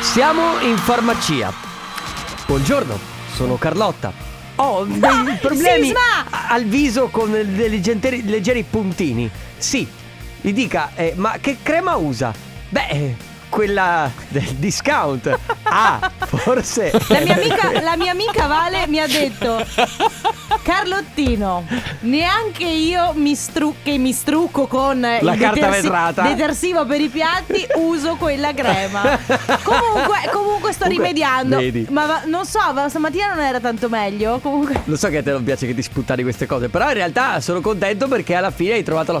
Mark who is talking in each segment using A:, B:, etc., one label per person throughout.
A: Siamo in farmacia. Buongiorno, sono Carlotta. Ho dei problemi
B: Ah, Sisma!
A: al viso con dei leggeri, leggeri puntini. Sì, mi dica, eh, ma che crema usa? Beh, eh, quella del discount. Ah, forse.
B: La mia, amica, la mia amica Vale mi ha detto Carlottino, neanche io mi stru- che mi strucco con eh,
A: La
B: il
A: carta vetrata."
B: detersivo per i piatti uso quella crema. comunque, comunque sto
A: Comunque,
B: rimediando.
A: vedi.
B: Ma va- non so, ma stamattina non era tanto meglio. Comunque
A: Lo so che a te non piace che ti sputtani queste cose, però in realtà sono contento perché alla fine hai trovato la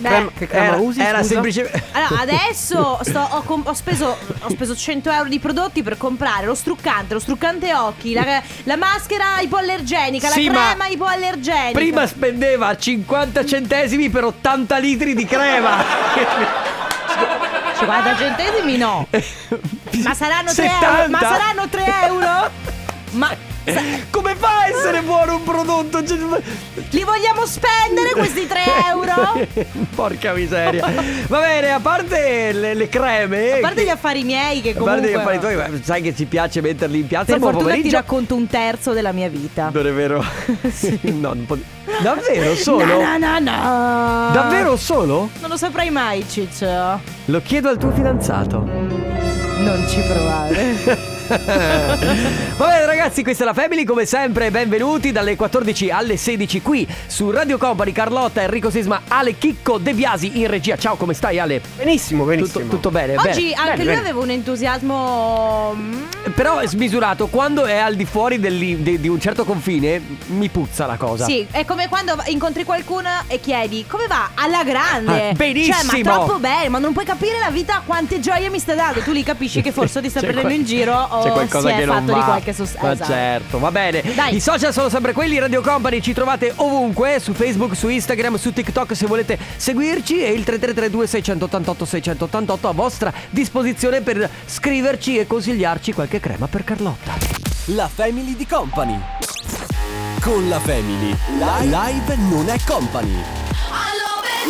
C: Che crema- che crema
A: era,
C: usi,
A: Era
C: scusa?
A: semplicemente.
B: Allora, adesso sto- ho, com- ho speso, ho speso 100 euro di prodotti per comprare lo struccante, lo struccante occhi, la, la maschera ipoallergenica,
A: Sì,
B: la
A: ma
B: crema ipoallergenica.
A: Prima spendeva 50 centesimi per 80 litri di crema.
B: 50 centesimi no. Ma saranno 3 euro?
A: 70?
B: Ma saranno 3 euro? Ma sa-
A: Come fa a essere buono un prodotto? Cioè,
B: li vogliamo spendere questi 3 euro?
A: Porca miseria. Va bene, a parte le, le creme.
B: A parte gli affari miei che
A: a parte
B: comunque
A: gli affari tuoi, ma sai che ci piace metterli in piazza
B: Per
A: buon
B: fortuna ti
A: pomeriggio.
B: racconto un terzo della mia vita.
A: Non è vero? no, non pot- Davvero solo?
B: No, no, no, no.
A: Davvero solo?
B: Non lo saprai mai, Ciccio.
A: Lo chiedo al tuo fidanzato.
B: Non ci provare.
A: Eh. Va bene ragazzi, questa è la Family, come sempre benvenuti dalle 14 alle 16 qui su Radio Company, Carlotta, Enrico Sisma, Ale Chicco, De Biasi in regia. Ciao, come stai Ale?
C: Benissimo, benissimo.
A: Tutto, tutto bene?
B: Oggi
A: Eh, bene.
B: anche
C: Bene,
B: lui
C: bene.
B: aveva un entusiasmo. mm,
A: Però è smisurato, quando è al di fuori del- de- di un certo confine mi puzza la cosa.
B: Sì, è come quando incontri qualcuno e chiedi come va alla grande.
A: Ah, benissimo.
B: Cioè, ma troppo bene, ma non puoi capire la vita quante gioie mi sta dando. Tu li capisci che forse ti sta
A: C'è
B: prendendo
A: qual-
B: in giro o
A: c'è qualcosa
B: si è
A: che
B: fatto
A: non va.
B: di qualche esatto. sostanza.
A: Ma certo, va bene.
B: Dai.
A: I social sono sempre quelli, Radio Company, ci trovate ovunque, su Facebook, su Instagram, su TikTok se volete seguirci e il 3332 688 688 a vostra disposizione per scriverci e consigliarci qualche crema per Carlotta.
D: La Family di Company. Con la Family. Live, non è company.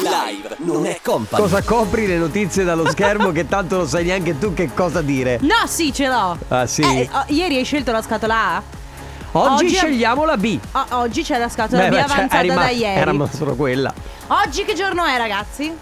D: Live non è company.
A: Cosa copri le notizie dallo schermo che tanto non sai neanche tu che cosa dire?
B: No, sì, ce l'ho.
A: Ah, sì?
B: Eh, oh, ieri hai scelto la scatola A?
A: Oggi,
B: Oggi-
A: scegliamo la B.
B: O- Ah, oggi c'è la scatola
A: Beh,
B: B
A: beh, cioè, è
B: avanzata da
A: rimasta-
B: ieri.
A: Era ma solo quella.
B: Oggi che giorno è, ragazzi?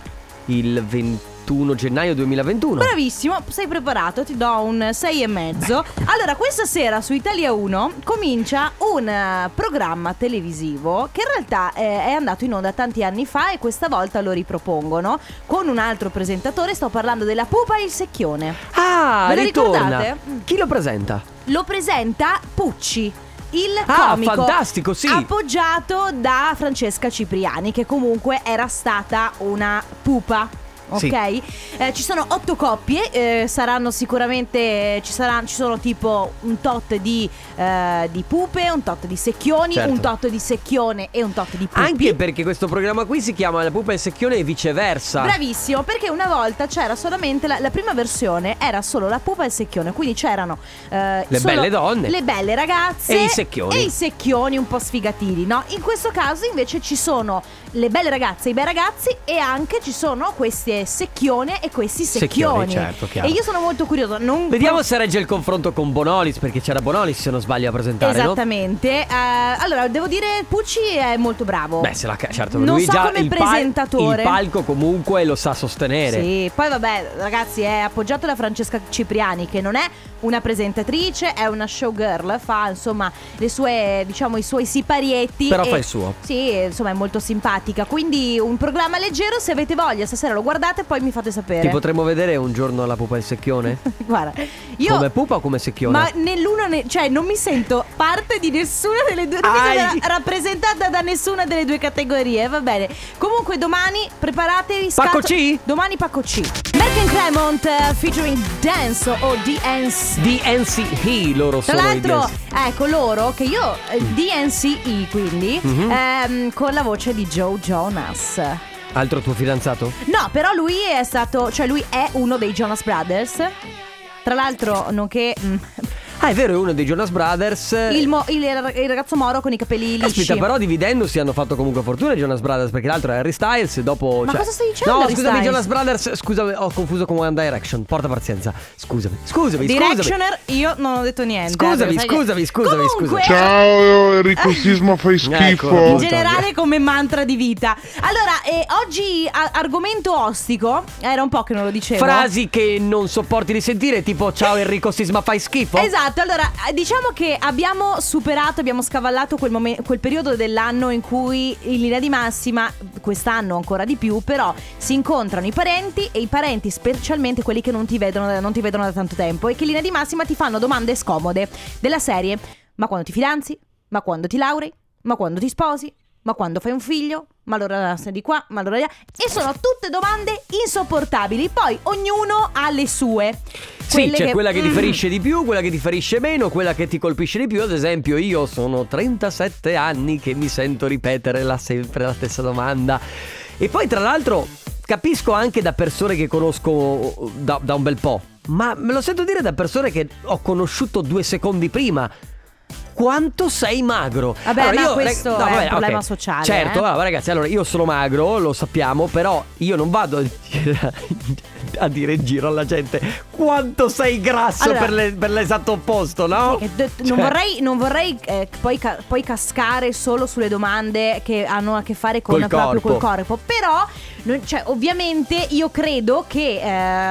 A: Il 21 gennaio 2021.
B: Bravissimo, sei preparato, ti do un 6 e mezzo. Allora, questa sera su Italia 1 comincia un eh, programma televisivo che in realtà eh, è andato in onda tanti anni fa e questa volta lo ripropongono con un altro presentatore, sto parlando della Pupa e il Secchione.
A: Ah,
B: Ve lo
A: ritorna.
B: ricordate?
A: Chi lo presenta?
B: Lo presenta Pucci. Il
A: Ah,
B: comico
A: fantastico, sì.
B: appoggiato da Francesca Cipriani, che comunque era stata una pupa. Ok,
A: Sì.
B: Eh, ci sono otto coppie, eh, saranno sicuramente, ci, saranno, ci sono tipo un tot di, eh, di pupe, un tot di secchioni,
A: Certo.
B: un tot di secchione e un tot di pupi.
A: Anche perché questo programma qui si chiama La pupa e il secchione e viceversa.
B: Bravissimo, perché una volta c'era solamente la, la prima versione, era solo la pupa e il secchione, quindi c'erano eh,
A: Le
B: solo
A: belle donne.
B: le belle ragazze
A: E i secchioni.
B: e i secchioni un po' sfigatini, no? In questo caso invece ci sono le belle ragazze, i bei ragazzi e anche ci sono queste secchione e questi secchioni.
A: Secchioni, certo, chiaro.
B: e io sono molto curiosa, non
A: Vediamo se regge il confronto con Bonolis, perché c'era Bonolis se non sbaglio a presentare, no?
B: Esattamente. Eh, allora, devo dire Pucci è molto bravo.
A: Beh, se la ca- certo,
B: Non
A: lui
B: so
A: già
B: come
A: il, pal-
B: presentatore.
A: il palco comunque lo sa sostenere.
B: Sì, poi vabbè, ragazzi, è appoggiato da Francesca Cipriani, che non è una presentatrice, è una showgirl, fa insomma le sue, diciamo, i suoi siparietti.
A: Però
B: e-
A: fa il suo.
B: Sì, insomma, è molto simpatica. Quindi un programma leggero, se avete voglia, stasera lo guardate e poi mi fate sapere.
A: Ti potremmo vedere un giorno la pupa e il secchione?
B: Guarda, io.
A: Come pupa o come secchione?
B: ma nell'uno, ne- cioè non mi sento parte di nessuna delle due, non mi
A: Ai.
B: sento ra- rappresentata da nessuna delle due categorie, va bene. Comunque domani preparatevi.
A: Pacco
B: scato-
A: C?
B: Domani Pacco C. Merkin Cremont eh, featuring Dance o DNC.
A: DNCE loro
B: Tra
A: sono
B: l'altro,
A: i Mm. DNCE.
B: ecco loro che io, eh, DNCE quindi,
A: Mhm.
B: ehm, con la voce di Joe Jonas.
A: Altro tuo fidanzato?
B: No, però lui è stato, cioè lui è uno dei Jonas Brothers. Tra l'altro, nonché... mm,
A: Ah, è vero, è uno dei Jonas Brothers.
B: Il, mo- il- il ragazzo moro con i capelli lisci.
A: Aspetta, Eh. però dividendosi hanno fatto comunque fortuna i Jonas Brothers perché l'altro è Harry Styles e dopo...
B: Ma
A: cioè-
B: cosa stai dicendo,
A: No,
B: Harry
A: scusami,
B: Styles?
A: Jonas Brothers, scusami, ho confuso con One Direction. Porta pazienza. Scusami, scusami, scusami.
B: Directioner, io non ho detto niente.
A: Scusami,
B: eh, sai che-
A: scusami, scusami,
B: Comunque,
A: scusami.
C: Ciao Enrico Sisma fai
A: Ecco.
C: schifo
B: In generale come mantra di vita. Allora, eh, oggi a- argomento ostico. eh, Era un po' che non lo dicevo.
A: Frasi che non sopporti di sentire, tipo ciao Enrico Sisma fai schifo.
B: Esatto, allora eh, diciamo che abbiamo superato, abbiamo scavallato quel, momen- quel periodo dell'anno in cui in linea di massima, quest'anno ancora di più, però si incontrano i parenti e i parenti, specialmente quelli che non ti vedono, da- non ti vedono da tanto tempo e che in linea di massima ti fanno domande scomode della serie ma quando ti fidanzi? Ma quando ti laurei? Ma quando ti sposi? Ma quando fai un figlio? Ma allora sei di qua? Ma allora là? E sono tutte domande insopportabili. Poi ognuno ha le sue.
A: Sì, c'è quella che
B: Mm.
A: differisce di più, quella che differisce meno, quella che ti colpisce di più. Ad esempio, io sono 37 anni che mi sento ripetere la- sempre la stessa domanda. E poi, tra l'altro, capisco anche da persone che conosco da, da un bel po', ma me lo sento dire da persone che ho conosciuto due secondi prima. Quanto sei magro?
B: Vabbè, ma
A: io, rag-
B: questo è un
A: vabbè,
B: problema
A: ok.
B: sociale,
A: Certo,
B: eh.
A: va, ragazzi, allora io sono magro, lo sappiamo, però io non vado a dire, a dire in giro alla gente quanto sei grasso
B: Allora-
A: per, le- per l'esatto opposto, no?
B: Che de- non
A: Cioè-
B: vorrei, non vorrei, eh, poi, ca- poi cascare solo sulle domande che hanno a che fare con
A: Col
B: proprio
A: corpo.
B: col corpo. Però, non- cioè, ovviamente, io credo che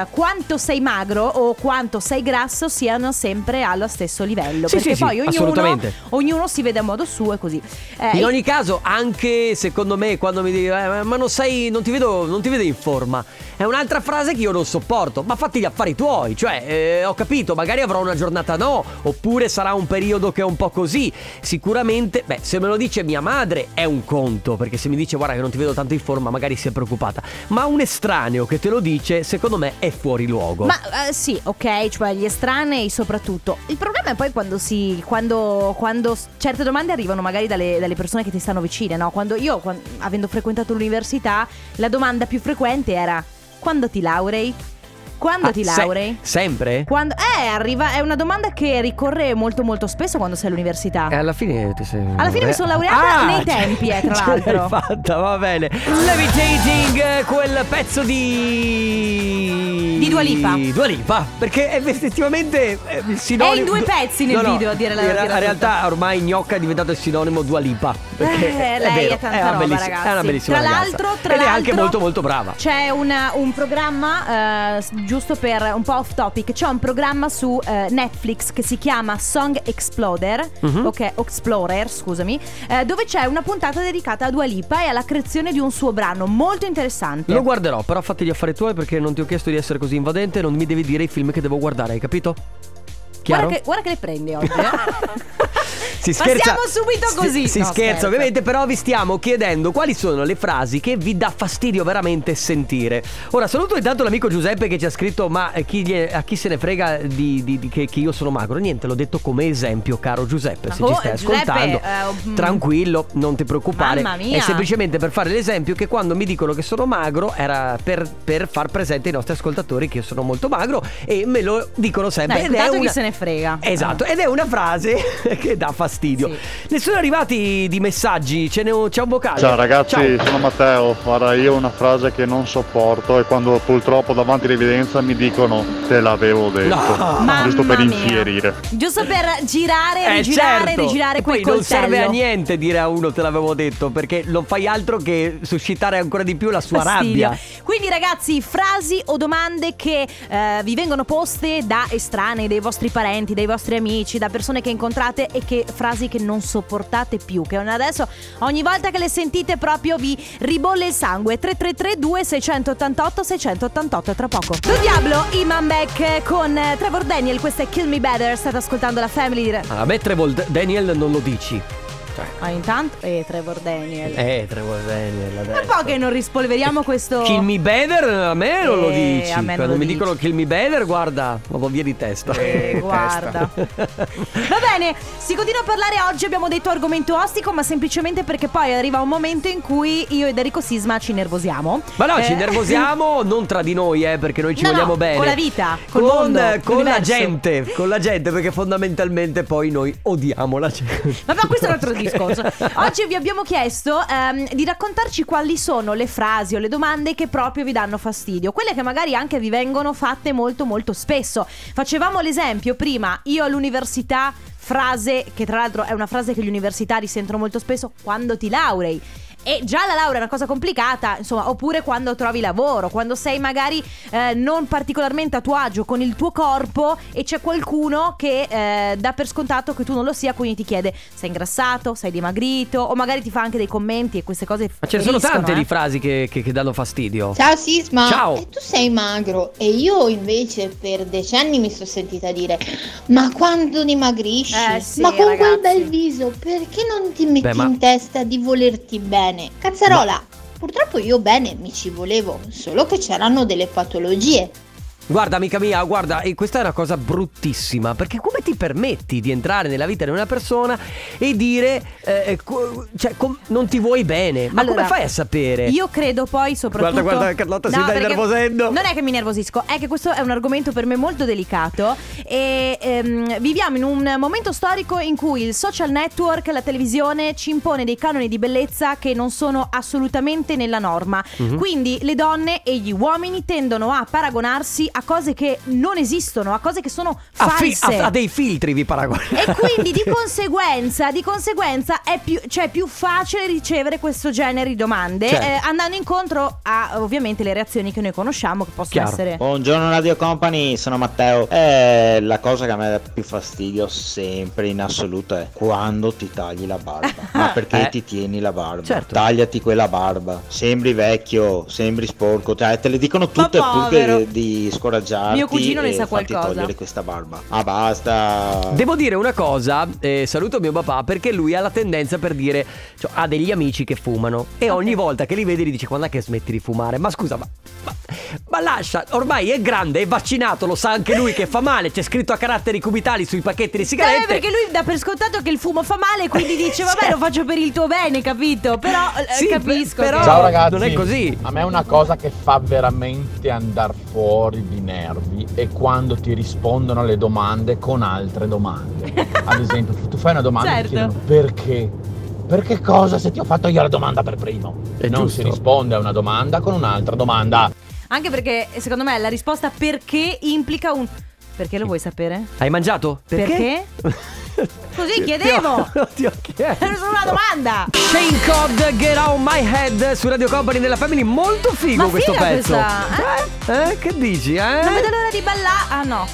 B: eh, quanto sei magro o quanto sei grasso siano sempre allo stesso livello.
A: Sì,
B: perché
A: sì, sì,
B: poi ognuno,
A: assolutamente.
B: ognuno si vede a modo suo e così. Eh,
A: In ogni caso, anche secondo me, quando mi dici, "Eh, ma non sei, non ti vedo, non ti vedo in forma, è un'altra frase che io non sopporto. Ma fatti gli affari tuoi, cioè, eh, ho capito, magari avrò una giornata no, oppure sarà un periodo che è un po' così. Sicuramente, beh, se me lo dice mia madre è un conto, perché se mi dice, guarda, che non ti vedo tanto in forma, magari si è preoccupata. Ma un estraneo che te lo dice, secondo me, è fuori luogo.
B: Ma eh, sì, ok, cioè gli estranei soprattutto. Il problema è poi quando si. quando, quando s- certe domande arrivano magari dalle, dalle persone che ti stanno vicine, no? Quando io, quan- avendo frequentato l'università, la domanda più frequente era: quando ti laurei? Quando
A: Ah,
B: ti
A: se-
B: laurei?
A: sempre?
B: Quando, eh, arriva, è una domanda che ricorre molto molto spesso quando sei all'università.
A: E alla fine ti sei... Ah,
B: Alla fine mi sono laureata nei tempi, eh, tra
A: ce l'hai
B: l'altro.
A: fatta, va bene. Levitating, eh, quel pezzo di...
B: Di Dua Lipa.
A: Dua Lipa, perché è effettivamente eh, il sinonimo...
B: È in due pezzi nel
A: No, no,
B: video, a dire la-
A: in
B: dire la
A: In realtà ormai gnocca è diventato il sinonimo Dua Lipa. perché
B: Eh,
A: è
B: lei
A: vero,
B: è tanta
A: una
B: roba,
A: bellissima-
B: ragazzi.
A: È una bellissima
B: Tra
A: ragazza.
B: l'altro, tra
A: Ed è anche
B: l'altro,
A: molto molto brava.
B: C'è una- un programma, eh, s- giusto per un po' off topic, c'è un programma su eh, Netflix che si chiama Song Exploder,
A: Mhm.
B: ok, Explorer, scusami, eh, dove c'è una puntata dedicata a Dua Lipa e alla creazione di un suo brano molto interessante.
A: Lo guarderò, però fatti gli affari tuoi perché non ti ho chiesto di essere così invadente, non mi devi dire i film che devo guardare, hai capito? Chiaro?
B: guarda, che, guarda che le prende oggi. eh.
A: Si
B: Passiamo
A: scherza.
B: subito così.
A: Si, si
B: No,
A: scherza,
B: scherzo.
A: ovviamente, però vi stiamo chiedendo quali sono le frasi che vi dà fastidio veramente sentire. Ora, saluto intanto l'amico Giuseppe che ci ha scritto: Ma eh, chi gli- a chi se ne frega di, di- di- che, che io sono magro? Niente, l'ho detto come esempio, caro Giuseppe. Se
B: Ma
A: ci
B: co-
A: stai
B: Oh, Giuseppe,
A: ascoltando,
B: eh, mm.
A: tranquillo, non ti preoccupare.
B: Mamma mia.
A: È semplicemente per fare l'esempio che quando mi dicono che sono magro, era per, per far presente ai nostri ascoltatori che io sono molto magro e me lo dicono sempre.
B: Dai,
A: Ed è
B: tanto chi
A: una-
B: se ne frega.
A: Esatto, ed è una frase che dà fastidio.
B: Sì.
A: Ne sono arrivati di messaggi, ce n'è un, c'è un vocale.
C: Ciao ragazzi,
B: Eh,
A: Ciao.
C: sono Matteo. Guarda, io una frase che non sopporto è quando purtroppo davanti all'evidenza mi dicono te l'avevo detto.
B: Mamma
C: Giusto per
B: mia.
C: infierire.
B: Giusto per girare,
A: Eh,
B: rigirare,
A: certo.
B: rigirare
A: E
B: quel
A: poi non
B: coltello.
A: serve a niente dire a uno te l'avevo detto perché non fai altro che suscitare ancora di più la sua
B: fastidio.
A: rabbia.
B: Quindi ragazzi, frasi o domande che eh, vi vengono poste da estranei, dai vostri parenti, dai vostri amici, da persone che incontrate e che frasi che non sopportate più, che adesso ogni volta che le sentite proprio vi ribolle il sangue. 333 2688 688 tra poco. Do Diablo, Iman Beck con eh, Trevor Daniel, questa è Kill Me Better, state ascoltando la Family.
A: Allora, a me Trevor Daniel non lo dici.
B: Ah, intanto, eh, Trevor Daniel.
A: Eh, Trevor Daniel
B: È un
A: adesso.
B: po' che non rispolveriamo questo.
A: Kill me better a me non lo
B: Eh,
A: dici.
B: a me non
A: Quando
B: lo
A: mi
B: dici.
A: dicono kill me better, guarda, vado via di testa.
B: Eh, guarda. Va bene, si continua a parlare oggi, abbiamo detto argomento ostico, ma semplicemente perché poi arriva un momento in cui io ed Enrico Sisma ci nervosiamo.
A: Ma no, ci
B: Eh,
A: innervosiamo non tra di noi, eh, perché noi ci
B: No,
A: vogliamo
B: no,
A: bene.
B: con la vita, col
A: con,
B: mondo,
A: eh, con la
B: l'universo.
A: gente, con la gente, perché fondamentalmente poi noi odiamo la gente.
B: Vabbè, questo è un altro discorso. Oggi vi abbiamo chiesto ehm, di raccontarci quali sono le frasi o le domande che proprio vi danno fastidio, quelle che magari anche vi vengono fatte molto molto spesso. Facevamo l'esempio prima, io all'università frase che tra l'altro è una frase che gli universitari sentono molto spesso quando ti laurei. E già la laurea è una cosa complicata, insomma, oppure quando trovi lavoro, quando sei magari eh, non particolarmente a tuo agio con il tuo corpo e c'è qualcuno che eh, dà per scontato che tu non lo sia, quindi ti chiede sei ingrassato, sei dimagrito, o magari ti fa anche dei commenti e queste cose.
A: Ma ce ne sono
B: feriscono,
A: tante
B: eh.
A: di frasi che, che- che danno fastidio.
E: Ciao Sisma,
A: Ciao.
E: E tu sei magro e io invece per decenni mi sono sentita dire ma quando dimagrisci?
B: Eh, sì,
E: ma con
B: ragazzi.
E: quel bel viso perché non ti metti
A: Beh, ma-
E: in testa di volerti bene? Cazzarola, purtroppo io bene mi ci volevo, solo che c'erano delle patologie.
A: Guarda, amica mia, guarda, e questa è una cosa bruttissima, perché come ti permetti di entrare nella vita di una persona e dire, eh, co- cioè, com- non ti vuoi bene? Ma
B: Allora,
A: come fai a sapere?
B: Io credo poi soprattutto
A: Guarda, guarda, Carlotta si sta
B: perché
A: innervosendo.
B: Non è che mi nervosisco È che questo è un argomento per me molto delicato E ehm, viviamo in un momento storico in cui il social network, la televisione Ci impone dei canoni di bellezza che non sono assolutamente nella norma
A: Mhm.
B: Quindi le donne e gli uomini tendono a paragonarsi a cose che non esistono A cose che sono
A: a, fi-
B: false
A: a- a dei filtri vi paragonate.
B: e quindi di conseguenza, di conseguenza è più, cioè, è più facile ricevere questo genere di domande
A: Certo.
B: eh, andando incontro a ovviamente le reazioni che noi conosciamo che possono
A: Chiaro. Oh.
B: essere
F: Buongiorno Radio Company, sono Matteo. Eh, la cosa che a me dà più fastidio sempre in assoluto è quando ti tagli la barba. Ma perché
A: Eh.
F: ti tieni la barba?
A: Certo.
F: Tagliati quella barba. Sembri vecchio, sembri sporco, cioè te le dicono tutte
B: Ma povero.
F: pur di scoraggiarti.
B: Mio cugino ne
F: e
B: sa
F: farti
B: qualcosa.
F: togliere questa barba. Ah basta.
A: Devo dire una cosa, eh, saluto mio papà perché lui ha la tendenza per dire, cioè, ha degli amici che fumano e ogni volta che li vede gli dice quando è che smetti di fumare? Ma scusa, ma, ma- ma lascia, ormai è grande, è vaccinato, lo sa anche lui che fa male, c'è scritto a caratteri cubitali sui pacchetti di sigarette.
B: Eh, perché lui dà per scontato che il fumo fa male, quindi dice: Vabbè,
A: Cioè-
B: lo faccio per il tuo bene, capito? Però eh,
A: Sì,
B: capisco.
A: per- però-
B: che-
G: Ciao ragazzi,
A: non è così.
G: A me è una cosa che fa veramente andare fuori di nervi è quando ti rispondono alle domande con altre domande. Ad esempio, tu fai una domanda e ti
B: Certo.
G: chiedono perché? Perché cosa se ti ho fatto io la domanda per primo?
A: È
G: non
A: giusto.
G: si risponde a una domanda con un'altra domanda.
B: Anche perché secondo me la risposta perché implica un. Perché lo vuoi sapere?
A: Hai mangiato? Perché?
B: Così chiedevo.
A: Ti ho- ti ho chiesto.
B: Era solo una domanda.
A: Shane Cobb Get Out My Head su Radio Company della Family molto figo
B: Ma
A: questo
B: figa
A: pezzo.
B: questa,
A: Eh? Eh, Che dici? Eh?
B: Non vedo l'ora di ballare. Ah, no.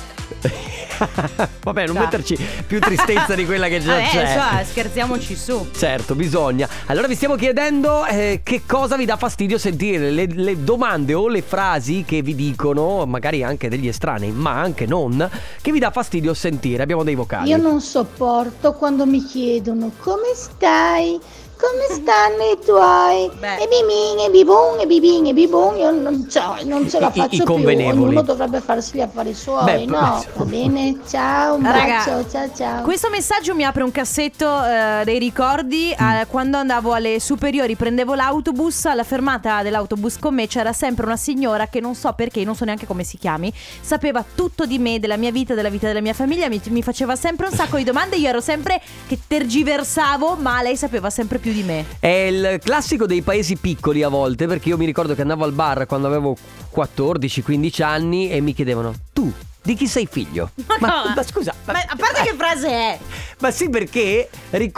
A: Vabbè, non
B: Già.
A: metterci più tristezza di quella che già
B: Vabbè,
A: c'è.
B: cioè, scherziamoci su.
A: Certo, bisogna. Allora vi stiamo chiedendo eh, che cosa vi dà fastidio sentire, le, le domande o le frasi che vi dicono, magari anche degli estranei, ma anche non, che vi dà fastidio sentire. Abbiamo dei vocali.
E: Io non sopporto quando mi chiedono come stai, come stanno i tuoi,
B: Beh.
E: e bimin, e bibon, e bibin, e bibon, io non, cioè, non ce la
A: I- i- i
E: faccio più,
A: convenevoli.
E: ognuno dovrebbe farsi gli affari suoi,
A: Beh,
E: no?
A: però-
E: Va bene, ciao, un
B: Raga,
E: bacio, ciao ciao.
B: Questo messaggio mi apre un cassetto eh, dei ricordi. Eh, quando andavo alle superiori prendevo l'autobus, alla fermata dell'autobus con me c'era sempre una signora che non so perché, non so neanche come si chiami, sapeva tutto di me, della mia vita, della vita della mia famiglia, mi, mi faceva sempre un sacco di domande, io ero sempre che tergiversavo, ma lei sapeva sempre più di me.
A: È il classico dei paesi piccoli a volte, perché io mi ricordo che andavo al bar quando avevo 14-15 anni e mi chiedevano, tu di chi sei figlio?
B: no,
A: ma,
B: ma-
A: ma scusa, ma,
B: Ma a parte che frase è?
A: ma sì perché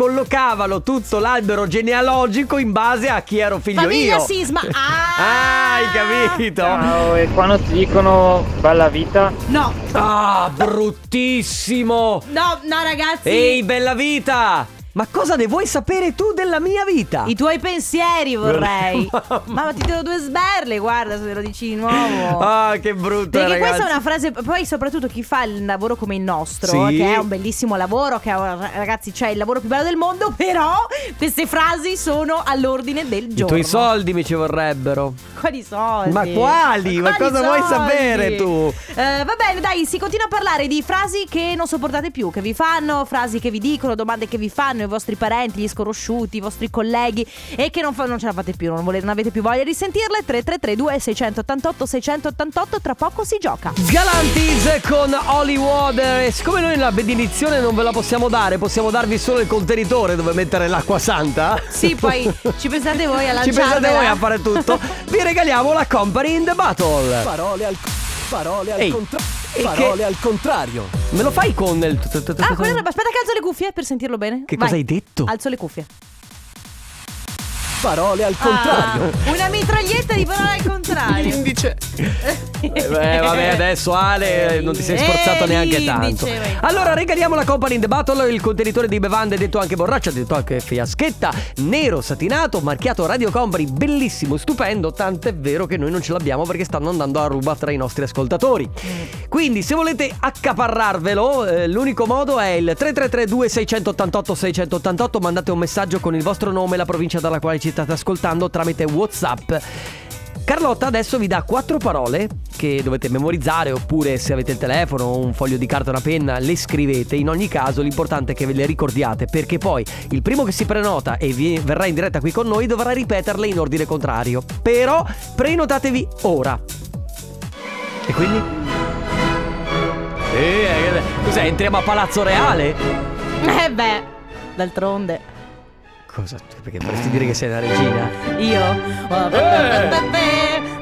A: ricollocavano tutto l'albero genealogico in base a chi ero figlio
B: Famiglia
A: io.
B: Sisma.
A: Ah,
B: Ah!
A: hai capito?
H: e quando ti dicono bella vita
B: No,
A: Ah, bruttissimo!
B: no, no ragazzi.
A: Ehi, bella vita! Ma cosa ne vuoi sapere tu della mia vita?
B: I tuoi pensieri vorrei. Mamma, ti do due sberle, guarda se te lo dici di nuovo.
A: Ah, che brutta
B: Perché
A: ragazzi.
B: questa è una frase, poi soprattutto chi fa il lavoro come il nostro,
A: Sì.
B: che è un bellissimo lavoro, che è un- ragazzi c'è il lavoro più bello del mondo, però queste frasi sono all'ordine del
A: I
B: giorno.
A: tuoi soldi mi ci vorrebbero.
B: Quali soldi?
A: Ma quali? Ma cosa vuoi sapere tu?
B: Eh, va bene, dai, si continua a parlare di frasi che non sopportate più, che vi fanno, frasi che vi dicono, domande che vi fanno i vostri parenti, gli sconosciuti, i vostri colleghi e che non, fa- non ce la fate più, non, volete- non avete più voglia di sentirle. 3332 688 688, tra poco si gioca.
A: Galantis con Holy Water. E siccome noi la benedizione non ve la possiamo dare, possiamo darvi solo il contenitore dove mettere l'acqua santa.
B: Sì, poi ci pensate voi eh? a
A: Ci pensate
B: lanciarvela.
A: voi a fare tutto. Vi regaliamo la Company in the Battle.
D: Parole al, parole al
A: Ehi,
D: contrario.
A: e
D: Parole
A: che-
D: al contrario.
A: Me lo fai con il.
B: Ah, quella roba, aspetta che alzo le cuffie per sentirlo bene.
A: Che
B: Vai.
A: cosa hai detto?
B: Alzo le cuffie.
D: Parole al contrario.
B: Ah, una mitraglietta di parole al contrario.
A: Indice. Eh, beh, vabbè, adesso Ale, non ti sei sforzato
B: Eh,
A: neanche tanto.
B: l'indice, vai.
A: Allora, regaliamo la Company in the Battle, il contenitore di bevande, detto anche borraccia, detto anche fiaschetta, nero satinato, marchiato Radio Company, bellissimo, stupendo, tant'è vero che noi non ce l'abbiamo perché stanno andando a ruba tra i nostri ascoltatori. Quindi, se volete accaparrarvelo, eh, l'unico modo è il 3332 688 688, mandate un messaggio con il vostro nome e la provincia dalla quale ci state ascoltando tramite WhatsApp. Carlotta adesso vi dà quattro parole che dovete memorizzare oppure se avete il telefono, un foglio di carta, una penna, le scrivete. In ogni caso l'importante è che ve le ricordiate perché poi il primo che si prenota e vi- verrà in diretta qui con noi dovrà ripeterle in ordine contrario. Però prenotatevi ora. E quindi? Eh, eh, cos'è? Entriamo a Palazzo Reale?
B: Eh beh, d'altronde.
A: Cosa? Perché vorresti dire che sei la regina?
B: Io.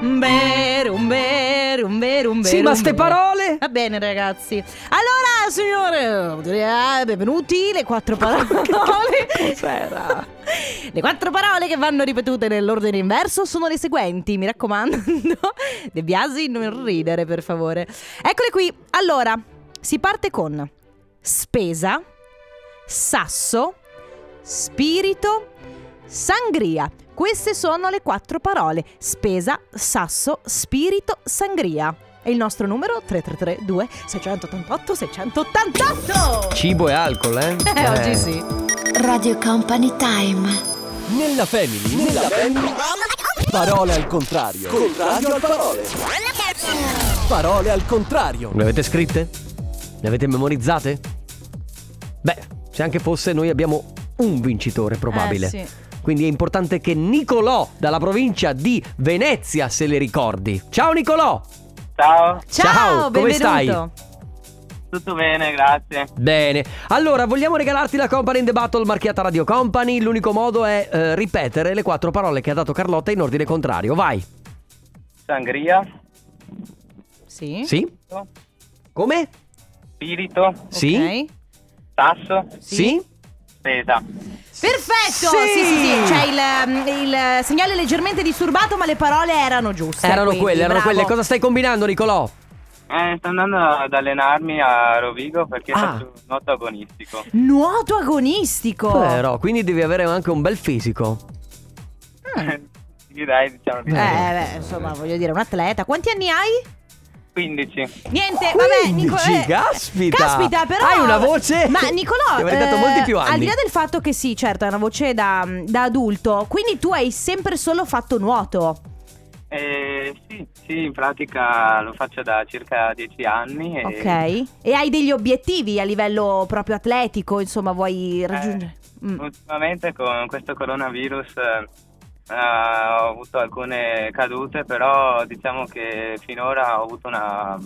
B: Berum, berum, berum,
A: Sì,
B: berum,
A: ma ste
B: berum.
A: parole?
B: Va bene, ragazzi. Allora, signore, eh, benvenuti. Le quattro parole.
A: Cos'era?
B: Le quattro parole che vanno ripetute nell'ordine inverso sono le seguenti, mi raccomando. De Biasi, non ridere, per favore. Eccole qui. Allora, si parte con spesa, sasso, spirito, sangria. Queste sono le quattro parole. Spesa, sasso, spirito, sangria. E il nostro numero 3332 688 688.
A: Cibo e alcol, eh?
B: Eh, oggi sì.
I: Radio Company Time.
D: Nella family. Nella family. Parole al contrario. Contrario al parole. Parole al contrario.
A: Le avete scritte? Le avete memorizzate? Beh, se anche fosse noi abbiamo un vincitore probabile.
B: Eh, sì.
A: Quindi è importante che Nicolò dalla provincia di Venezia se le ricordi. Ciao Nicolò!
H: Ciao,
B: Ciao,
A: Ciao, come
B: benvenuto.
A: stai?
H: tutto bene, grazie.
A: Bene, allora vogliamo regalarti la Company in the Battle marchiata Radio Company. L'unico modo è eh, ripetere le quattro parole che ha dato Carlotta in ordine contrario. Vai!
H: Sangria,
B: Sì.
A: Sì? Come?
H: spirito,
A: Sì?
B: Ok.
H: tasso,
A: Sì?
H: spesa.
B: Perfetto!
A: Sì!
B: Sì, sì, sì. C'è il, mm, il segnale leggermente disturbato, ma le parole erano giuste.
A: Erano
B: quindi,
A: quelle, erano
B: bravo.
A: quelle. Cosa stai combinando Nicolò?
H: Eh, sto andando ad allenarmi a Rovigo perché
A: Ah.
H: faccio nuoto agonistico.
B: Nuoto agonistico!
A: Però, quindi devi avere anche un bel fisico.
H: Sì, dai, diciamo
B: Ah. Eh,
H: che
B: beh, insomma, voglio dire, un atleta. Quanti anni hai?
H: 15.
B: Niente, vabbè,
A: 15,
B: Nicolò. eh,
A: caspita!
B: Caspita, però.
A: Hai una voce-
B: Ma Nicolò. eh,
A: Ti avrei dato molti più anni.
B: Al di là del fatto che sì, certo, è una voce da, da adulto. Quindi tu hai sempre solo fatto nuoto.
H: Eh, sì, sì, in pratica lo faccio da circa 10 anni. E
B: Ok. E hai degli obiettivi a livello proprio atletico, insomma, vuoi raggiungere. Mm.
H: Ultimamente con questo coronavirus eh, eh, ho avuto alcune cadute, però diciamo che finora ho avuto una,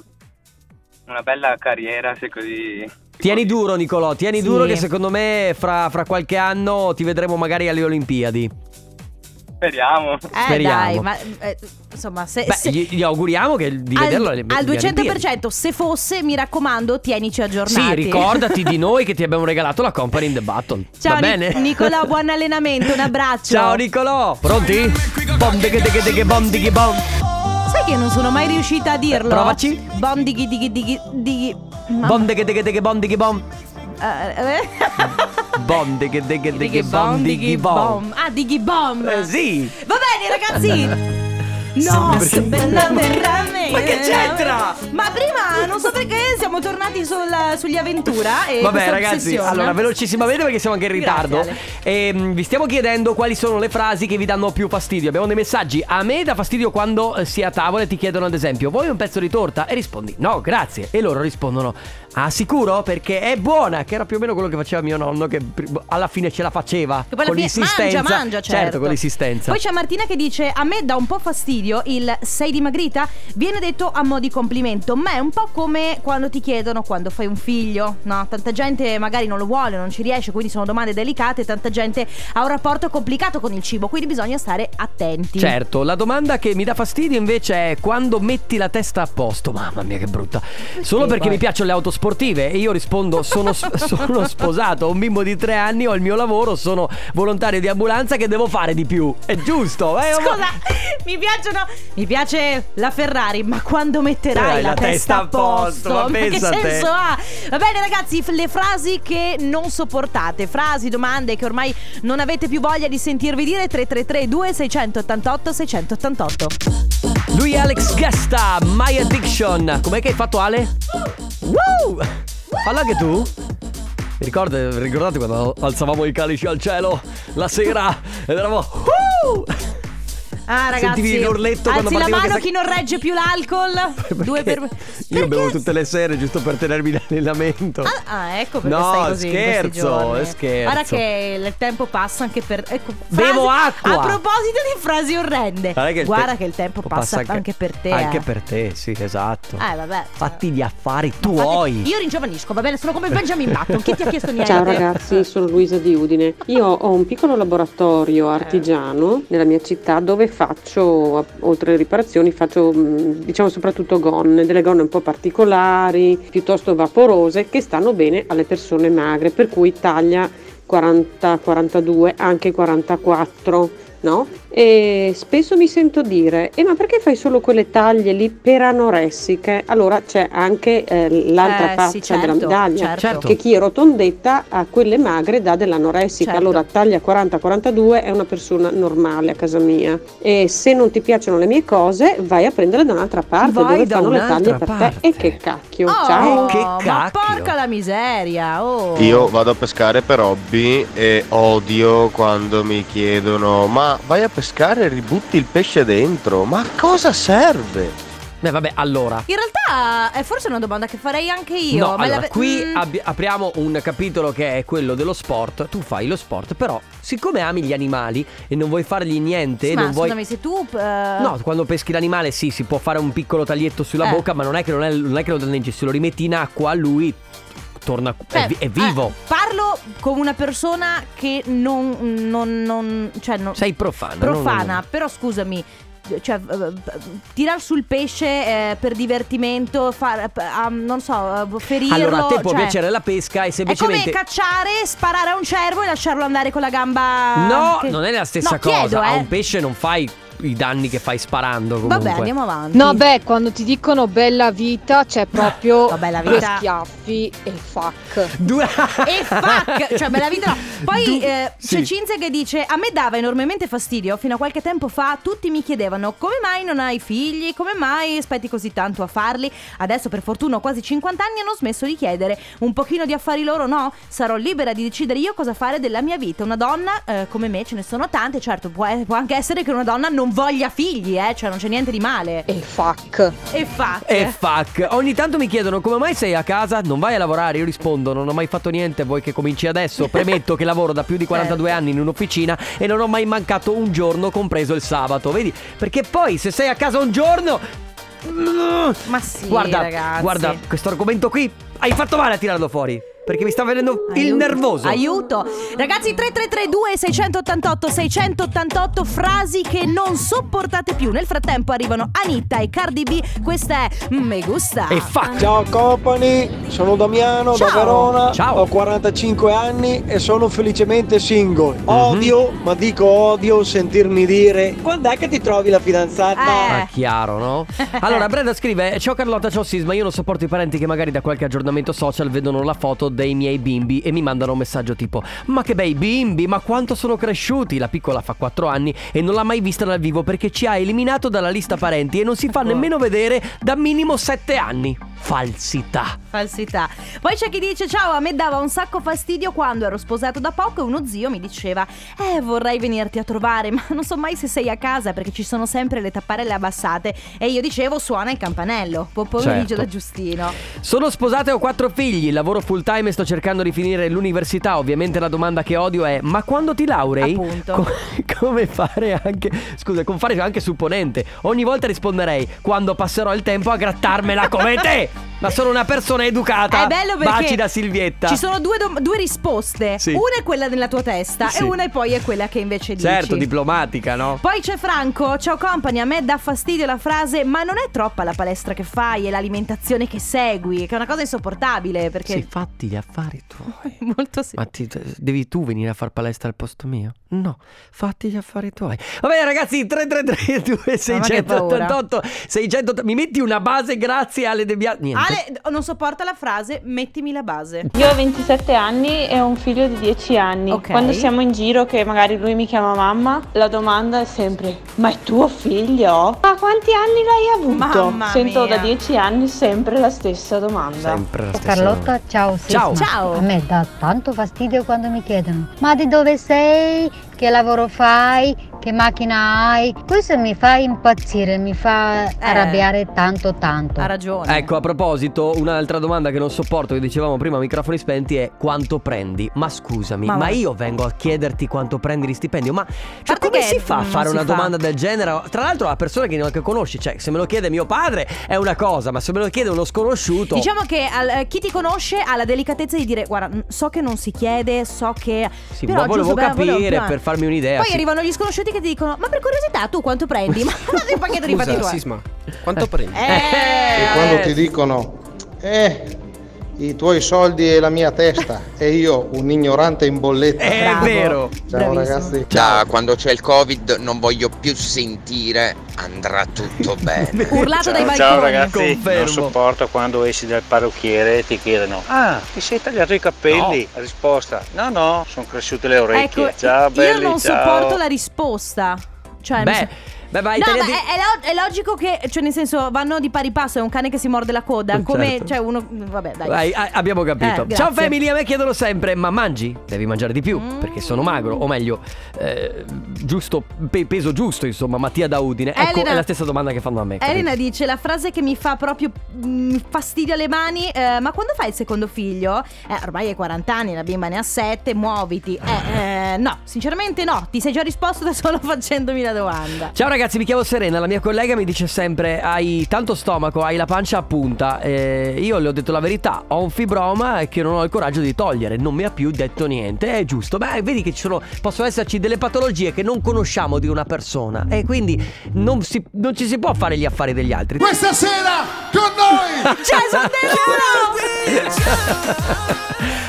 H: una bella carriera, se così...
A: Tieni duro Nicolò, tieni
B: Sì.
A: duro che secondo me fra, fra qualche anno ti vedremo magari alle Olimpiadi.
H: Speriamo.
B: Eh
A: Speriamo.
B: dai, ma eh, insomma, se,
A: Beh,
B: se-
A: gli, gli auguriamo che di
B: al,
A: vederlo alle,
B: al
A: alle Olimpiadi.
B: 200%, se fosse, mi raccomando, tienici aggiornati.
A: Sì, ricordati di noi che ti abbiamo regalato la Company in the Battle.
B: Ciao
A: Va bene?
B: Nic- Nicolò, buon allenamento, un abbraccio.
A: Ciao Nicolò, pronti? Bom dighe dighe dighe bom dighe bom.
B: Sai che non sono mai riuscita a dirlo?
A: provaci.
B: Bom dighi dighi dighi dighi. Mamma-
A: Bom dighe dighe dighe bom dighe bom.
B: eh, eh.
A: Bom, dighe, dighe, dighe, bom, dighi, bom.
B: Ah, dighi bomb.
A: Eh sì. Eh,
B: Va bene, ragazzi. No, che bella veramente.
A: Ma che c'entra?
B: Ma prima non so perché siamo tornati sul- sugli avventura e
A: Vabbè
B: questa
A: ragazzi,
B: ossessione.
A: allora velocissimamente perché siamo anche in
B: Grazie,
A: ritardo.
B: Ale.
A: Ehm, vi stiamo chiedendo quali sono le frasi che vi danno più fastidio. Abbiamo dei messaggi. A me dà fastidio quando eh, si è a tavola e ti chiedono ad esempio vuoi un pezzo di torta? E rispondi no, grazie. E loro rispondono ah sicuro perché è buona, che era più o meno quello che faceva mio nonno che pr- alla fine ce la faceva.
B: Che poi alla
A: con
B: fine
A: l'insistenza.
B: Mangia, mangia, certo.
A: con l'insistenza.
B: Poi c'è Martina che dice: A me dà un po' fastidio il sei dimagrita. Viene detto a mo' di complimento, ma è un po' come quando ti chiedono quando fai un figlio. No, tanta gente magari non lo vuole, non ci riesce, quindi sono domande delicate. Tanta gente ha un rapporto complicato con il cibo, quindi bisogna stare attenti.
A: Certo, la domanda che mi dà fastidio invece è quando metti la testa a posto. Mamma mia che brutta. Solo perché
B: poi?
A: mi piacciono le auto sportive e io rispondo sono, sp- sono sposato, ho un bimbo di tre anni, ho il mio lavoro, sono volontario di ambulanza che devo fare di più. È giusto, eh?
B: Scusa, mi piacciono. Mi piace la Ferrari, ma quando metterai
A: Dai,
B: la, testa a posto?
A: ma
B: Ma che
A: pensa a te.
B: senso ha? Va bene, ragazzi, f- le frasi che non sopportate, frasi, domande che ormai non avete più voglia di sentirvi dire 333 2688 688.
A: Lui è Alex Gasta, My Addiction. Com'è che hai fatto Ale? Woo! Fallo anche tu? Mi ricordo- ricordate quando alzavamo i calici al cielo la sera ed eravamo... Woo!
B: Ah, ragazzi,
A: Sentivi l'orletto quando
B: alzi la
A: partiva
B: mano
A: questa-
B: chi non regge più l'alcol. Due per
A: Io
B: Perché-
A: bevo tutte le sere giusto per tenermi in allenamento.
B: Ah, ah, ecco perché
A: No,
B: stai così in questi
A: scherzo,
B: giorni.
A: è scherzo.
B: Guarda che il tempo passa anche per ecco,
A: Bevo acqua.
B: A proposito di frasi orrende.
A: Guarda che il,
B: Guarda
A: te-
B: che il tempo passa, anche, per te.
A: Anche
B: eh.
A: per te, sì, esatto.
B: Eh, vabbè.
A: Fatti gli affari
B: Infatti,
A: tuoi.
B: Io ringiovanisco, va bene, sono come Benjamin Button. Chi ti ha chiesto niente?
J: Ciao ragazzi, sono Luisa di Udine. Io ho un piccolo laboratorio
B: Eh.
J: artigiano nella mia città dove faccio, a- oltre alle riparazioni, faccio mh, diciamo soprattutto gonne, delle gonne un po' particolari, piuttosto vaporose, che stanno bene alle persone magre, per cui taglia 40, 42, anche 44, no? E spesso mi sento dire, "Eh, ma perché fai solo quelle taglie lì per anoressiche? Allora c'è anche eh, l'altra
B: Eh,
J: faccia
B: sì,
J: della
B: certo,
J: medaglia
B: certo.
A: Certo.
J: che chi è rotondetta a quelle magre dà dell'anoressica.
B: Certo.
J: Allora taglia 40-42 è una persona normale a casa mia. E se non ti piacciono le mie cose, vai a prendere da un'altra parte
A: Vai
J: dove
A: da
J: fanno le
A: un'altra
J: taglie per
A: parte.
J: te. E che cacchio,
B: Oh,
J: ciao!
A: Che
B: Ma
A: cacchio.
B: porca la miseria. Oh.
K: Io vado a pescare per hobby e odio quando mi chiedono ma vai a pescare e ributti il pesce dentro, ma a cosa serve?
A: Beh, vabbè, allora.
B: In realtà è forse una domanda che farei anche io.
A: no,
B: ma
A: allora,
B: la-
A: qui
B: Mm,
A: abbi- apriamo un capitolo che è quello dello sport. Tu fai lo sport, però, siccome ami gli animali e non vuoi fargli niente,
B: Ma
A: non vuoi.
B: scusami, se tu. eh,
A: No, quando peschi l'animale sì, si può fare un piccolo taglietto sulla
B: Eh.
A: bocca, ma non è che, non è, non è che lo danneggi, se lo rimetti in acqua lui torna,
B: Cioè,
A: è, vi- è vivo.
B: eh, parlo come una persona che non. non, non cioè, non,
A: Sei profano. no, no, no.
B: profana, però scusami. Cioè, tirar sul pesce eh, per divertimento, far, p- ah, non so, eh, ferirlo.
A: Allora, a te può
B: cioè,
A: piacere la pesca e
B: È come
A: semplicemente...
B: cacciare, sparare a un cervo e lasciarlo andare con la gamba.
A: no,
B: che-
A: non è la stessa
B: No,
A: cosa.
B: chiedo,
A: A
B: eh.
A: un pesce non fai i danni che fai sparando comunque.
B: Vabbè, andiamo avanti.
L: No, beh, quando ti dicono bella vita c'è proprio
B: Vabbè, la
L: due
B: vita-
L: schiaffi e fuck.
A: Due-
B: E fuck, cioè me la vita. no. Poi
A: Du-
B: eh, c'è
A: sì.
B: Cinzia che dice: A me dava enormemente fastidio. Fino a qualche tempo fa tutti mi chiedevano come mai non hai figli, come mai aspetti così tanto a farli. Adesso, per fortuna, ho quasi 50 anni e hanno smesso di chiedere un pochino di affari loro. No, sarò libera di decidere io cosa fare della mia vita. Una donna eh, come me ce ne sono tante. Certo, può, può anche essere che una donna non voglia figli, eh, cioè non c'è niente di male.
L: E fuck.
B: E fuck.
A: E fuck, ogni tanto mi chiedono come mai sei a casa, non vai a lavorare, io rispondo non ho mai fatto niente, vuoi che cominci adesso? Premetto che lavoro da più di 42
B: Certo.
A: anni in un'officina e non ho mai mancato un giorno, compreso il sabato, vedi? Perché poi se sei a casa un giorno...
B: Ma sì,
A: guarda,
B: ragazzi.
A: guarda, questo argomento qui hai fatto male a tirarlo fuori, perché mi sta venendo il
B: Aiuto.
A: nervoso.
B: Aiuto. Ragazzi 3332 688 688 frasi che non sopportate più. Nel frattempo arrivano Anitta e Cardi B. Questa è Me gusta.
A: E fuck.
K: Ciao company, sono Damiano
B: Ciao.
K: da Verona,
A: Ciao.
K: ho 45 anni e sono felicemente single.
M: Mhm.
K: Odio, ma dico odio sentirmi dire quando è che ti trovi la fidanzata?
A: Ah,
B: Eh.
A: chiaro, no? Allora, Brenda scrive: Ciao Carlotta, ciao Sisma. Io non sopporto i parenti che magari da qualche aggiornamento social vedono la foto dei miei bimbi e mi mandano un messaggio tipo ma che bei bimbi, ma quanto sono cresciuti. La piccola fa 4 anni e non l'ha mai vista dal vivo perché ci ha eliminato dalla lista parenti e non si fa
B: Ecco.
A: nemmeno vedere da minimo 7 anni. Falsità.
B: Falsità. Poi c'è chi dice: Ciao, a me dava un sacco fastidio quando ero sposato da poco e uno zio mi diceva: Eh, vorrei venirti a trovare, ma non so mai se sei a casa perché ci sono sempre le tapparelle abbassate. E io dicevo: Suona il campanello. Buon pomeriggio
A: Certo.
B: da Giustino.
A: Sono sposata e ho quattro figli, lavoro full time e sto cercando di finire l'università. Ovviamente la domanda che odio è: ma quando ti laurei?
B: Appunto.
A: come fare anche. Scusa, come fare anche supponente. Ogni volta risponderei: quando passerò il tempo a grattarmela come te! Ma sono una persona educata.
B: È bello perché
A: Baci da Silvietta.
B: Ci sono due, dom- due risposte.
A: Sì.
B: Una è quella nella tua testa
A: Sì.
B: e una è poi è quella che invece dici.
A: Certo, diplomatica, no?
B: Poi c'è Franco, ciao company, a me dà fastidio la frase ma non è troppa la palestra che fai e l'alimentazione che segui, che è una cosa insopportabile perché
A: Sì, fatti gli affari tuoi.
B: molto sì.
A: Ma ti- devi tu venire a far palestra al posto mio? No, fatti gli affari tuoi. Va bene ragazzi, 333 688 688 Mi metti una base grazie Ale De Biasi. Niente.
B: Ale non sopporta la frase mettimi la base.
N: Io ho 27 anni e ho un figlio di 10 anni.
B: Ok.
N: Quando siamo in giro che magari lui mi chiama mamma, la domanda è sempre "Ma è tuo figlio? Ma quanti anni l'hai avuto?".
B: Mamma
N: Sento
B: mia.
N: da 10 anni sempre la stessa domanda.
A: Sempre la
B: Oh,
O: Carlotta, ciao
A: Ciao.
O: Sisma.
A: Ciao.
O: A me dà tanto fastidio quando mi chiedono Ma di dove sei? Che lavoro fai? Che macchina hai? Questo mi fa impazzire, mi fa arrabbiare tanto tanto
B: Ha ragione.
A: Ecco, a proposito, un'altra domanda che non sopporto, che dicevamo prima a microfoni spenti, è quanto prendi? Ma scusami,
B: Ma
A: ma,
B: va-
A: io vengo a chiederti quanto prendi di stipendio, ma cioè,
B: parte
A: come
B: che
A: si fa a
B: non
A: fare
B: si
A: una
B: fa.
A: domanda del genere? Tra l'altro a persone che neanche conosci, cioè se me lo chiede mio padre è una cosa, ma se me lo chiede uno sconosciuto...
B: Diciamo che al- eh, chi ti conosce ha la delicatezza di dire guarda n- so che non si chiede, so che...
A: Sì,
B: però
A: ma volevo
B: giusto per-
A: capire
B: volevo-
A: per farmi un'idea.
B: Poi
A: sì.
B: arrivano gli sconosciuti che ti dicono ma per curiosità tu quanto prendi? Ma il pacchetto di fatti
M: Scusa,
B: tuoi.
M: Sisma, quanto prendi?
B: Eh,
P: E quando ti dicono, eh, i tuoi soldi e la mia testa, e io un ignorante in bolletta.
A: Eh,
B: Eh,
A: È Bravo. vero.
P: Ciao
A: Bravissimo.
B: Ecco,
P: ragazzi.
Q: Ciao, quando c'è il Covid non voglio più sentire, andrà tutto bene.
B: Urlato Ah, dai balconi.
R: Ciao ragazzi,
A: Confermo.
R: non sopporto quando esci dal parrucchiere e ti chiedono Ah, ti sei tagliato i capelli? Risposta, no no, sono cresciute le orecchie
B: Ecco,
R: Ciao belli,
B: io non
R: ciao
B: sopporto la risposta. Cioè, non
A: Beh,
B: so-
A: beh, vai,
B: no, eh, ma
A: tagliati-
B: è, è lo- è logico che, cioè, nel senso, vanno di pari passo. È un cane che si morde la coda. Come,
A: Certo.
B: cioè, uno. Vabbè, dai.
A: Vai, a- abbiamo capito.
B: Eh, grazie. Mm.
A: Ciao famiglia, a me chiedono sempre: ma mangi? Devi mangiare di più perché sono magro, o meglio, eh, giusto, pe- peso giusto, insomma. Mattia da Udine. Ecco,
B: Elena-
A: è la stessa domanda che fanno a me. capito?
B: Elena dice la frase che mi fa proprio mm, fastidio alle mani, eh, ma quando fai il secondo figlio? Eh, ormai hai 40 anni, la bimba ne ha 7, muoviti. Eh, eh, no, sinceramente no, ti sei già risposto da solo facendomi la domanda.
A: Ciao ragazzi, mi chiamo Serena, la mia collega mi dice sempre hai tanto stomaco, hai la pancia a punta. Eh, io le ho detto la verità, ho un fibroma che non ho il coraggio di togliere, non mi ha più detto niente, è giusto. Beh, vedi che ci sono, possono esserci delle patologie che non conosciamo di una persona e quindi non, si- non ci si può fare gli affari degli altri.
S: Questa sera con noi
B: Jason
A: Cioè,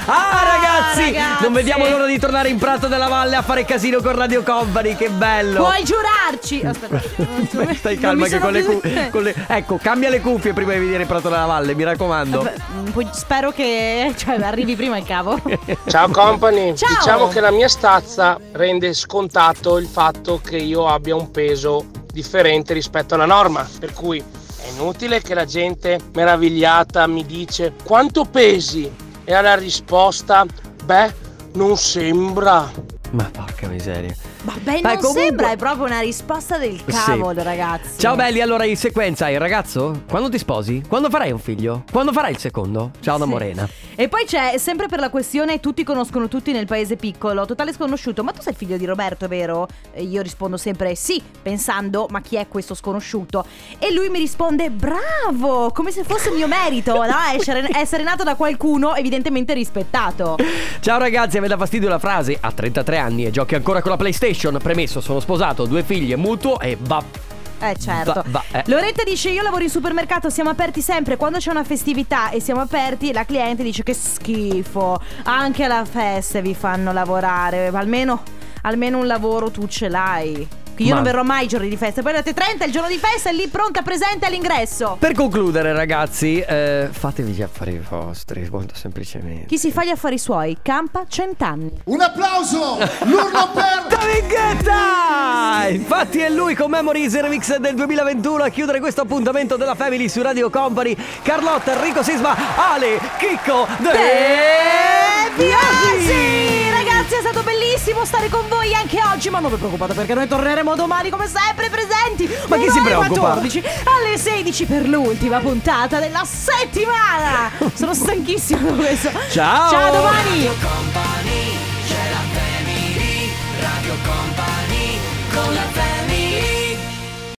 A: Ah ragazzi,
B: ragazzi!
A: non vediamo l'ora di tornare in Prato della Valle a fare casino con Radio Company, che bello!
B: Puoi giurarci! Aspetta,
A: Beh, Mm. Stai calma
B: mi
A: che con
B: sono
A: le,
B: più-
A: cu- con le- Ecco, cambia le cuffie prima di venire in Prato della Valle, mi raccomando.
B: Vabbè, mm, poi spero che cioè, arrivi prima il cavo.
T: Ciao company,
B: Ciao.
T: diciamo che la mia stazza rende scontato il fatto che io abbia un peso differente rispetto alla norma, per cui è inutile che la gente meravigliata mi dice quanto pesi e alla risposta beh non sembra.
A: Ma porca miseria.
B: Vabbè,
A: Dai,
B: non
A: comunque-
B: sembra, è proprio una risposta del
A: Sì.
B: cavolo, ragazzi.
A: Ciao belli, allora in sequenza il ragazzo, quando ti sposi? Quando farai un figlio? Quando farai il secondo? Ciao da
B: Sì.
A: Morena.
B: E poi c'è sempre per la questione tutti conoscono tutti nel paese piccolo, totale sconosciuto, ma tu sei il figlio di Roberto, vero? E io rispondo sempre sì, pensando ma chi è questo sconosciuto? E lui mi risponde bravo, come se fosse mio merito, no? Essere, essere nato da qualcuno evidentemente rispettato.
A: Ciao ragazzi, a me dà fastidio la frase, ha 33 anni e giochi ancora con la PlayStation, premesso, sono sposato, due figlie, mutuo e va...
B: Eh certo.
A: va- va- eh.
B: Loretta dice io lavoro in supermercato, siamo aperti sempre, quando c'è una festività e siamo aperti la cliente dice che schifo, anche alla festa vi fanno lavorare, ma almeno, almeno un lavoro tu ce l'hai. Che io
A: Ma-
B: non verrò mai i giorni di festa. Poi andate 30, il giorno di festa è lì pronta, presente all'ingresso.
A: Per concludere, ragazzi, eh, fatevi gli affari vostri, molto semplicemente.
B: Chi si fa gli affari suoi campa cent'anni.
S: Un applauso! L'urlo per
A: Davinghetta! Infatti è lui con Memories Remix del 2021 a chiudere questo appuntamento della Family su Radio Company. Carlotta, Enrico Sisma, Ale, Chicco, De
B: Biasi! Ragazzi, è stato bellissimo stare con voi anche oggi, ma non vi preoccupate perché noi torneremo domani come sempre presenti.
A: Ma chi si
B: dalle
A: preoccupa?
B: 14 alle 16 per l'ultima puntata della settimana. Sono stanchissima da questo.
A: Ciao!
B: Ciao a domani!
D: Company, c'è la family, Radio Company, con la family.